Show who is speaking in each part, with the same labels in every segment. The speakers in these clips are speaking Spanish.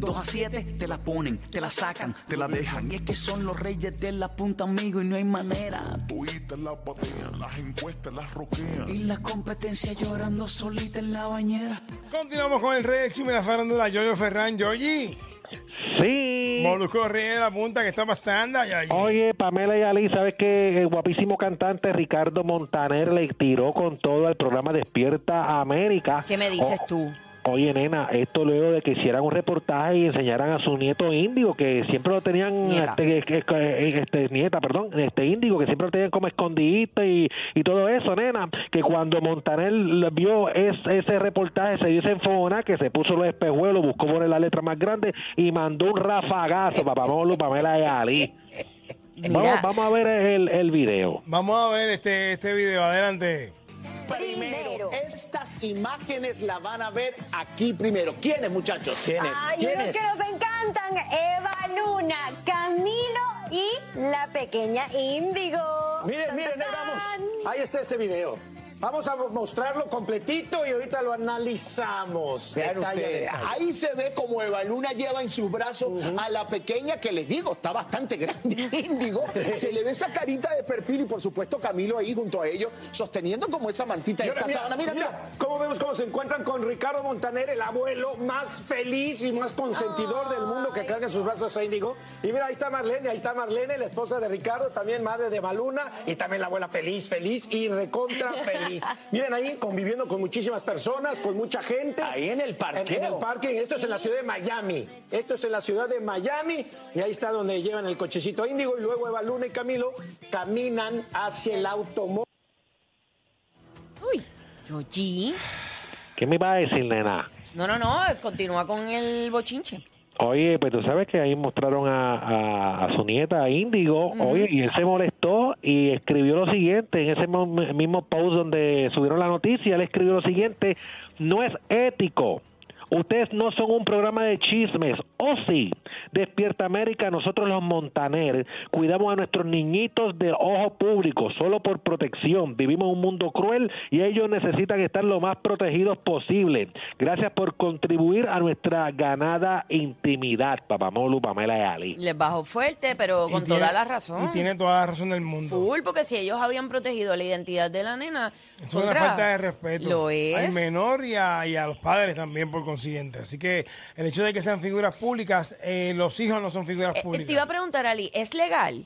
Speaker 1: 2 a 7 te la ponen, te la sacan, te la dejan. Y es que son los reyes de la punta, amigo, y no hay manera.
Speaker 2: Toditas las batean, las encuestas las
Speaker 1: Y
Speaker 2: roquean.
Speaker 1: la competencia llorando solita en la bañera.
Speaker 3: Continuamos con el rey del chisme de la farándula, Yoyo Ferran, Yoyi.
Speaker 4: Sí.
Speaker 3: Molusco ríe de la punta, ¿qué está pasando? Yoyi?
Speaker 4: Oye, Pamela y Ali, ¿sabes que el guapísimo cantante Ricardo Montaner le tiró con todo al programa Despierta América? Oh,
Speaker 5: ¿Qué me dices tú?
Speaker 4: O- Oye, nena, esto luego de que hicieran un reportaje y enseñaran a su nieto indio, que siempre lo tenían,
Speaker 5: Nieta.
Speaker 4: Este, este, este, nieta, perdón, este indio, que siempre lo tenían como escondidito y, y todo eso, nena, que cuando Montaner le vio es- ese reportaje se dio ese enfogona, que se puso los espejuelos, buscó poner la letra más grande y mandó un rafagazo, papá Molo, Pamela y Ali. Vamos,
Speaker 5: Mira,
Speaker 4: vamos a ver el, el video.
Speaker 3: Vamos a ver este, este video, adelante.
Speaker 6: Primero, estas imágenes la van a ver aquí primero. ¿Quiénes, muchachos? ¿Quiénes?
Speaker 7: Hay unos que nos encantan, Eva Luna, Camilo y la pequeña Índigo.
Speaker 6: Miren,
Speaker 7: Tan,
Speaker 6: miren, ahí
Speaker 7: tan,
Speaker 6: vamos.
Speaker 7: tan.
Speaker 6: Ahí está este video. Vamos a mostrarlo completito y ahorita lo analizamos. Detalle a detalle.
Speaker 8: Ahí se ve como Eva Luna lleva en sus brazos a la pequeña que les digo, está bastante grande, índigo. Se le ve esa carita de perfil y por supuesto Camilo ahí junto a ellos, sosteniendo como esa mantita
Speaker 6: Y
Speaker 8: de esta
Speaker 6: ahora mira,
Speaker 8: sábana. Mira, mira.
Speaker 6: cómo vemos cómo se encuentran con Ricardo Montaner, el abuelo más feliz y más consentidor del mundo que carga en sus brazos a Índigo. Y mira, ahí está Marlene, ahí está Marlene, la esposa de Ricardo, también madre de Maluna y también la abuela feliz, feliz y recontra feliz. Miren ahí conviviendo con muchísimas personas, con mucha gente.
Speaker 8: Ahí en el parqueo.
Speaker 6: En, en el parque, y esto es en la ciudad de Miami. Esto es en la ciudad de Miami y ahí está donde llevan el cochecito Índigo y luego Eva Luna y Camilo caminan hacia el automóvil.
Speaker 5: Uy, Yoyi.
Speaker 4: ¿Qué me va a decir, nena?
Speaker 5: No, no, no, es- continúa con el bochinche.
Speaker 4: Oye, pues tú sabes que ahí mostraron a, a- a su nieta, a Índigo, oye, y él se molestó y escribió lo siguiente, en ese mo- mismo post donde subieron la noticia, él escribió lo siguiente, no es ético. Ustedes no son un programa de chismes, o sí, Despierta América, nosotros los Montaner cuidamos a nuestros niñitos del ojo público, solo por protección, vivimos en un mundo cruel y ellos necesitan estar lo más protegidos posible. Gracias por contribuir a nuestra ganada intimidad, Papamolu, Pamela y Ali.
Speaker 5: Les bajó fuerte, pero
Speaker 3: Y
Speaker 5: con
Speaker 3: tiene-
Speaker 5: toda la razón.
Speaker 3: Y tiene toda la razón del mundo.
Speaker 5: Full, porque si ellos habían protegido la identidad de la nena.
Speaker 3: Es una
Speaker 5: contra, Eh,
Speaker 3: falta de respeto
Speaker 5: Lo
Speaker 3: al
Speaker 5: es.
Speaker 3: menor y a, y a los padres también, por consiguiente. Así que el hecho de que sean figuras públicas, eh, los hijos no son figuras
Speaker 5: Eh,
Speaker 3: públicas.
Speaker 5: te iba a preguntar, Ali, ¿es legal?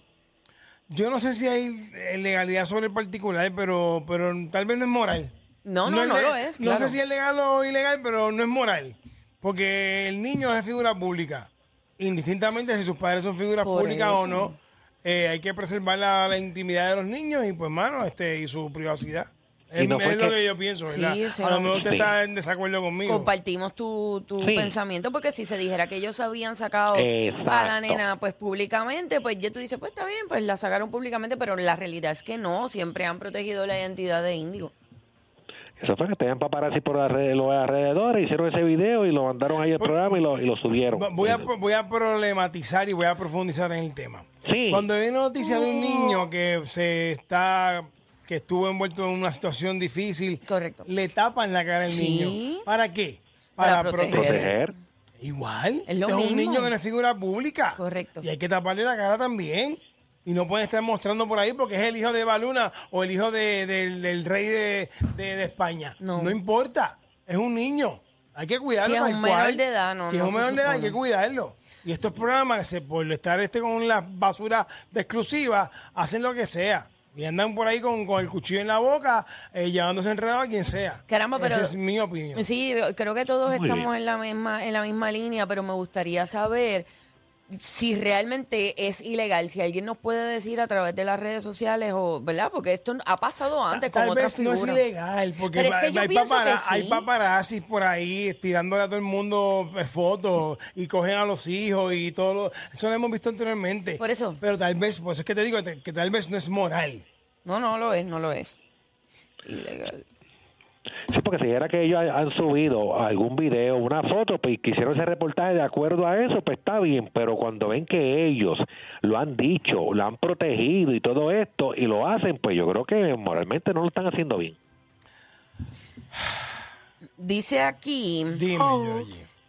Speaker 3: Yo no sé si hay eh, legalidad sobre el particular, pero, pero tal vez no es moral.
Speaker 5: No, no, no
Speaker 3: le-
Speaker 5: lo es,
Speaker 3: No
Speaker 5: claro.
Speaker 3: sé si es legal o ilegal, pero no es moral. Porque el niño es figura pública. Indistintamente si sus padres son figuras
Speaker 5: Por
Speaker 3: públicas o
Speaker 5: eso.
Speaker 3: no, eh, hay que preservar la, la intimidad de los niños y, pues, mano, este, y su privacidad. Es,
Speaker 4: Y no fue
Speaker 3: es lo
Speaker 4: que-
Speaker 3: que yo pienso,
Speaker 5: Sí,
Speaker 3: ¿verdad?
Speaker 5: sí,
Speaker 3: a lo
Speaker 5: no.
Speaker 3: mejor usted
Speaker 4: Sí.
Speaker 3: está en desacuerdo conmigo.
Speaker 5: Compartimos tu, tu
Speaker 4: Sí.
Speaker 5: pensamiento, porque si se dijera que ellos habían sacado a la
Speaker 4: Exacto.
Speaker 5: nena pues públicamente, pues ya tú dices, pues está bien, pues la sacaron públicamente, pero la realidad es que no, siempre han protegido la identidad de Índigo.
Speaker 4: Eso fue que tenían paparazzi por alre- los alrededores, hicieron ese video y lo mandaron ahí al programa y lo, y lo subieron.
Speaker 3: Va- Voy a, voy a problematizar y voy a profundizar en el tema.
Speaker 4: Sí.
Speaker 3: Cuando hay una noticia de un
Speaker 5: Oh.
Speaker 3: niño que se está que estuvo envuelto en una situación difícil,
Speaker 5: Correcto.
Speaker 3: le tapan la cara al
Speaker 5: Sí.
Speaker 3: niño. ¿Para qué?
Speaker 5: Para proteger.
Speaker 4: proteger.
Speaker 3: Igual.
Speaker 5: Es lo
Speaker 3: Este un
Speaker 5: mismo.
Speaker 3: niño que no es figura pública.
Speaker 5: Correcto.
Speaker 3: Y hay que taparle la cara también. Y no pueden estar mostrando por ahí porque es el hijo de Baluna o el hijo de- del, del rey de, de- de España.
Speaker 5: No.
Speaker 3: importa. Es un niño. Hay que cuidarlo.
Speaker 5: Si es
Speaker 3: tal
Speaker 5: un menor
Speaker 3: cual.
Speaker 5: de edad, no-
Speaker 3: Si
Speaker 5: no
Speaker 3: es un
Speaker 5: se
Speaker 3: menor de edad, hay
Speaker 5: supone.
Speaker 3: que cuidarlo. Y estos programas, que se- por estar este con la basura de exclusiva, hacen lo que sea. Y andan por ahí con, con el cuchillo en la boca, eh, llevándose enredado a quien sea.
Speaker 5: Caramba, pero-
Speaker 3: Esa es mi opinión.
Speaker 5: Sí, creo que todos
Speaker 3: Muy
Speaker 5: estamos
Speaker 3: bien.
Speaker 5: en la misma en la misma línea, pero me gustaría saber si realmente es ilegal, si alguien nos puede decir a través de las redes sociales o, ¿verdad? Porque esto ha pasado antes con
Speaker 3: Tal
Speaker 5: otras
Speaker 3: vez no es
Speaker 5: figuras.
Speaker 3: ilegal, porque
Speaker 5: Pero es
Speaker 3: pa-
Speaker 5: que yo
Speaker 3: hay,
Speaker 5: pienso
Speaker 3: papara-
Speaker 5: que sí.
Speaker 3: hay paparazzis por ahí tirándole a todo el mundo eh, fotos y cogen a los hijos y todo. lo- eso lo hemos visto anteriormente. Por eso. Pero tal vez, pues es que te digo te- que tal vez no es moral.
Speaker 5: No, no lo es, no lo es. Ilegal.
Speaker 4: Sí, porque si era que ellos han- han subido algún video, una foto, pues y que hicieron ese reportaje de acuerdo a eso, pues está bien, pero cuando ven que ellos lo han dicho, lo han protegido y todo esto, y lo hacen, pues yo creo que moralmente no lo están haciendo bien.
Speaker 5: Dice aquí.
Speaker 3: Dime,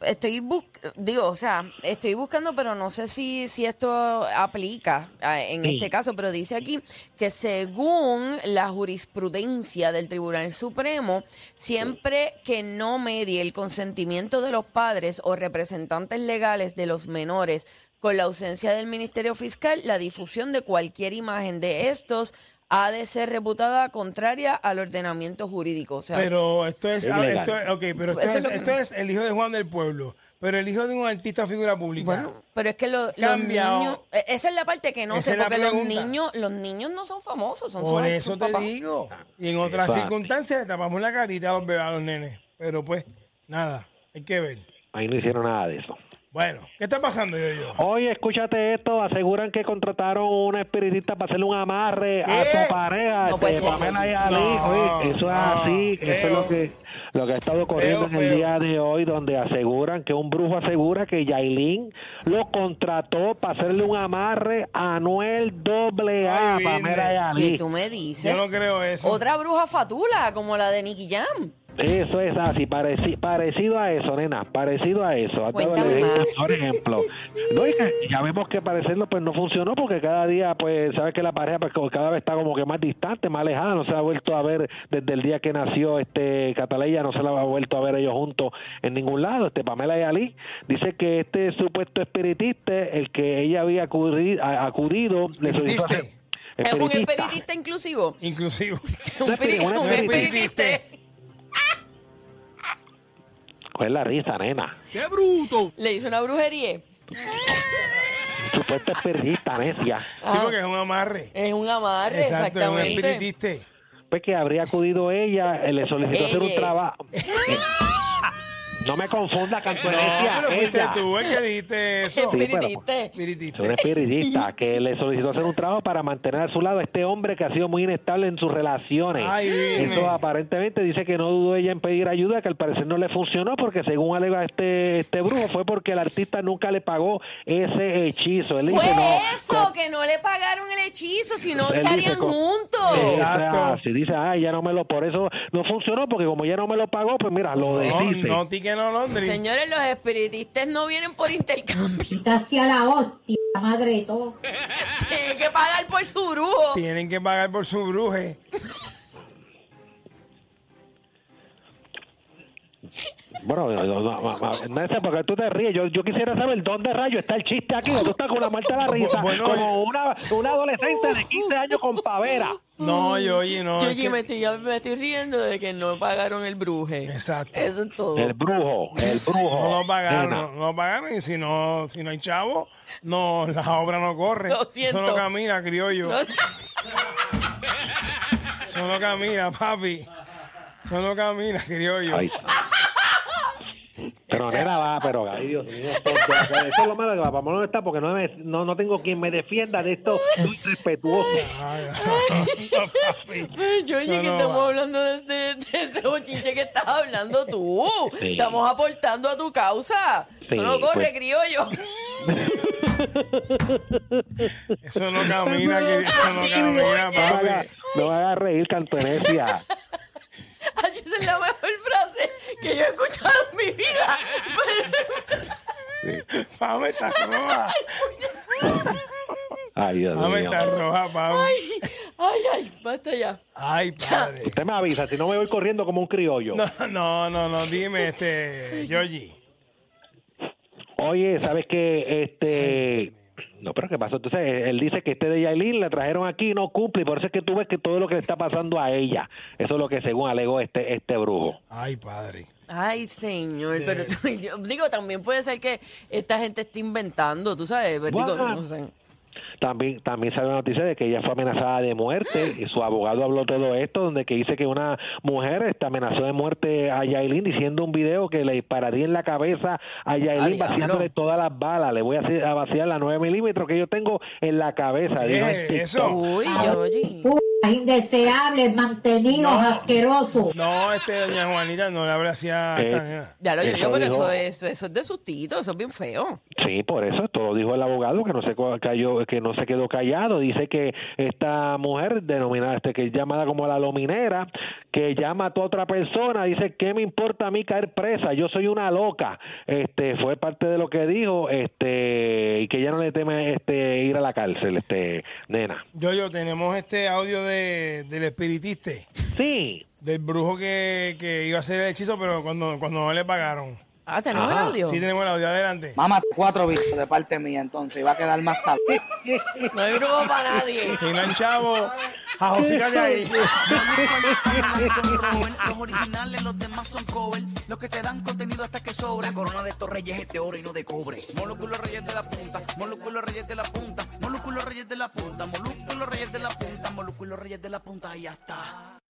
Speaker 5: Estoy bus- digo, o sea, estoy buscando, pero no sé si, si esto aplica ah, en
Speaker 9: Sí.
Speaker 5: este caso, pero dice aquí que según la jurisprudencia del Tribunal Supremo, siempre que no medie el consentimiento de los padres o representantes legales de los menores con la ausencia del Ministerio Fiscal, la difusión de cualquier imagen de estos ha de ser reputada contraria al ordenamiento jurídico. O sea,
Speaker 3: Pero esto es,
Speaker 5: Es
Speaker 3: ah,
Speaker 5: legal.
Speaker 3: esto es- ok, pero esto,
Speaker 5: Eso
Speaker 3: es,
Speaker 5: es lo que-
Speaker 3: esto es el hijo de Juan del Pueblo, pero el hijo de un artista o figura pública.
Speaker 5: Pero es que lo- los
Speaker 3: Cambia,
Speaker 5: niños,
Speaker 3: o-
Speaker 5: e- esa es la parte que no
Speaker 3: Esa
Speaker 5: sé,
Speaker 3: es la
Speaker 5: porque los
Speaker 3: pregunta.
Speaker 5: niños, los niños no son famosos, son
Speaker 3: Por
Speaker 5: sus-
Speaker 3: eso
Speaker 5: sus
Speaker 3: te
Speaker 5: papás.
Speaker 3: digo. Y en otras
Speaker 4: Exacto.
Speaker 3: circunstancias le tapamos la carita a los bebés, a los nenes. Pero pues, nada, hay que ver.
Speaker 4: Ahí no hicieron nada de eso.
Speaker 3: Bueno, ¿qué está pasando, yo, yo?
Speaker 4: Oye, escúchate esto, aseguran que contrataron una espiritista para hacerle un amarre a tu pareja,
Speaker 3: No
Speaker 4: este,
Speaker 3: puede ser.
Speaker 4: Pamela y Ali.
Speaker 3: No,
Speaker 4: Oye, eso es
Speaker 3: no,
Speaker 4: así, eso es lo
Speaker 3: feo.
Speaker 4: que lo que ha estado ocurriendo
Speaker 3: Feo,
Speaker 4: en
Speaker 3: feo.
Speaker 4: el día de hoy, donde aseguran que un brujo asegura que Yailin lo contrató para hacerle un amarre a Noel doble A,
Speaker 5: Ay,
Speaker 4: Pamela y Ali.
Speaker 5: Que tú me dices.
Speaker 4: Yo no creo eso.
Speaker 5: Otra bruja fatula, como la de Nicky Jam.
Speaker 4: Eso es así, pareci- parecido a eso, nena, parecido a eso. Has dado el
Speaker 5: Cuéntame
Speaker 4: ejemplo-
Speaker 5: más.
Speaker 4: Por ejemplo, No, y que ya vemos que parecerlo pues no funcionó porque cada día, pues, sabes que la pareja pues, como cada vez está como que más distante, más alejada, no se ha vuelto a ver desde el día que nació este Cataleya, no se la ha vuelto a ver ellos juntos en ningún lado. Este Pamela y Ali dice que este supuesto espiritista, el que ella había acurri- a- acudido, le solicitó hacer-
Speaker 5: Es un
Speaker 4: espiritista.
Speaker 5: espiritista inclusivo.
Speaker 3: Inclusivo.
Speaker 5: un, peri-
Speaker 4: un
Speaker 5: un
Speaker 4: espiritista.
Speaker 5: espiritista.
Speaker 4: ¿Cuál es Pues la risa, nena?
Speaker 5: ¡Qué bruto! Le hizo una brujería.
Speaker 4: Supuesta espiritista, necia.
Speaker 3: Sí, porque es un amarre.
Speaker 5: Ah. Es un amarre,
Speaker 4: Exacto, es un
Speaker 5: exactamente.
Speaker 3: espiritista.
Speaker 4: Pues que habría acudido ella, eh, le solicitó hacer un
Speaker 5: Ella.
Speaker 4: trabajo. No me confunda, cantuenecia.
Speaker 3: pero fuiste
Speaker 4: ella.
Speaker 3: tú el que dijiste eso.
Speaker 4: Sí, pero- Es un espiritista que le solicitó hacer un trabajo para mantener a su lado a este hombre que ha sido muy inestable en sus relaciones.
Speaker 3: Ay, dime.
Speaker 4: Eso aparentemente dice que no dudó ella en pedir ayuda, que al parecer no le funcionó porque según alega este este brujo fue porque el artista nunca le pagó ese hechizo. Él le
Speaker 5: Fue
Speaker 4: dice, no,
Speaker 5: eso, que no le pagaron el hechizo, si no
Speaker 4: Él dice
Speaker 5: estarían
Speaker 4: co-
Speaker 5: juntos.
Speaker 4: Exacto. Si dice, ay, ya no me lo, por eso no funcionó, porque como ya no me lo pagó, pues mira, lo desdice.
Speaker 3: No, ti que no, Londres.
Speaker 5: Señores, los espiritistas no vienen por intercambio.
Speaker 10: Casi a la hostia, madre de todo.
Speaker 5: Tienen que pagar por su brujo.
Speaker 3: Tienen que pagar por su bruje.
Speaker 4: Bueno, no, no, no, no, no, no sé, porque tú te ríes. Yo, yo quisiera saber dónde rayo está el chiste aquí. Tú estás con la muerte de la risa.
Speaker 3: Bueno,
Speaker 4: como una, una adolescente de 15 años con pavera.
Speaker 3: No, Yoyi, no.
Speaker 5: Yo
Speaker 3: es que-
Speaker 5: Mm. me, estoy, ya me estoy riendo de que no pagaron el bruje.
Speaker 3: Exacto.
Speaker 5: Eso es todo.
Speaker 3: Eh.
Speaker 4: El brujo, el brujo.
Speaker 3: No lo pagaron,
Speaker 4: Nena.
Speaker 3: no, lo pagaron. Y si no, si no hay chavo, no, la obra no corre.
Speaker 5: Lo
Speaker 3: Eso
Speaker 5: siento.
Speaker 3: no camina, criollo. Eso no camina, papi. Eso no camina, criollo.
Speaker 4: Ay. Pero nena va, pero ay Dios mío, esto- esto- eso es lo malo que la Pamela no está porque no, me- no, no tengo quien me defienda de esto muy respetuoso.
Speaker 5: Yo
Speaker 4: Eso
Speaker 5: oye, que
Speaker 4: no
Speaker 5: estamos
Speaker 4: va.
Speaker 5: hablando de, de- de ese bochinche que estás hablando tú.
Speaker 4: Sí.
Speaker 5: Estamos aportando a tu causa.
Speaker 4: Sí,
Speaker 5: no no corre,
Speaker 4: pues.
Speaker 5: criollo.
Speaker 3: Eso no camina, criollo. Eso no camina,
Speaker 4: No me haga-
Speaker 3: papi.
Speaker 4: no me hagas reír, cantonecia.
Speaker 5: Ay, Esa es la mejor frase que yo he escuchado en mi vida.
Speaker 3: Pame está roja.
Speaker 4: Ay, Dios
Speaker 3: Pame
Speaker 4: mío.
Speaker 3: está roja, papi.
Speaker 5: Ay, ay, ay, basta ya.
Speaker 3: Ay, padre.
Speaker 4: Usted me avisa, si no me voy corriendo como un criollo.
Speaker 3: No, no, no, no, dime, este, Yoyi.
Speaker 4: Oye, ¿sabes qué? Este, No, pero ¿qué pasó? Entonces eh, él dice que este de Yailin la trajeron aquí y no cumple, y por eso es que tú ves que todo lo que le está pasando a ella, eso es lo que según alegó este este brujo.
Speaker 3: Ay, padre.
Speaker 5: Ay, señor, pero tú- yo digo, también puede ser que esta gente esté inventando, tú sabes, pero Pues, digo,
Speaker 4: Bueno.
Speaker 5: no sé.
Speaker 4: También también sale la noticia de que ella fue amenazada de muerte y su abogado habló todo esto, donde que dice que una mujer esta amenazó de muerte a Yailin diciendo un video que le dispararía en la cabeza a Yailin vaciándole todas las balas, le voy a, hacer- a vaciar la 9 milímetros que yo tengo en la cabeza. dijo este en TikTok.
Speaker 5: Uy, oye.
Speaker 10: Putas indeseables, mantenidos, asquerosos.
Speaker 3: No, este doña Juanita no le habrá hacía
Speaker 4: Eh,
Speaker 5: Ya lo yo,
Speaker 4: Eso
Speaker 5: pero
Speaker 4: dijo-
Speaker 5: eso, es- eso es de sustito, eso es bien feo.
Speaker 4: Sí, por eso, todo dijo el abogado que no se co- cayó, que no se quedó callado. Dice que esta mujer denominada, este, que es llamada como la lominera, que llama a toda otra persona, dice qué me importa a mí caer presa, yo soy una loca. Este, fue parte de lo que dijo, este, y que ya no le teme, este, ir a la cárcel, este, nena.
Speaker 3: Yo, yo, tenemos este audio de, del espiritista.
Speaker 4: Sí.
Speaker 3: Del brujo que, que iba a hacer el hechizo, pero cuando, cuando no le pagaron.
Speaker 5: Ah,
Speaker 9: ¿tenemos Ajá. el audio?
Speaker 3: Sí, tenemos el audio. Adelante.
Speaker 9: Mamá, cuatro bichos de parte mía, entonces, y va a quedar más tarde.
Speaker 5: No hay grupo para nadie.
Speaker 3: Enganchado. Ajosícate ahí.
Speaker 1: Los originales, los demás son cover. Los que te dan contenido hasta que sobra. La corona de estos reyes es de oro y no de cobre. Molúsculos reyes de la punta. Molúsculos reyes de la punta. Molúsculos reyes de la punta. Molúsculos reyes de la punta. Molúsculos reyes de la punta. Ahí ya está.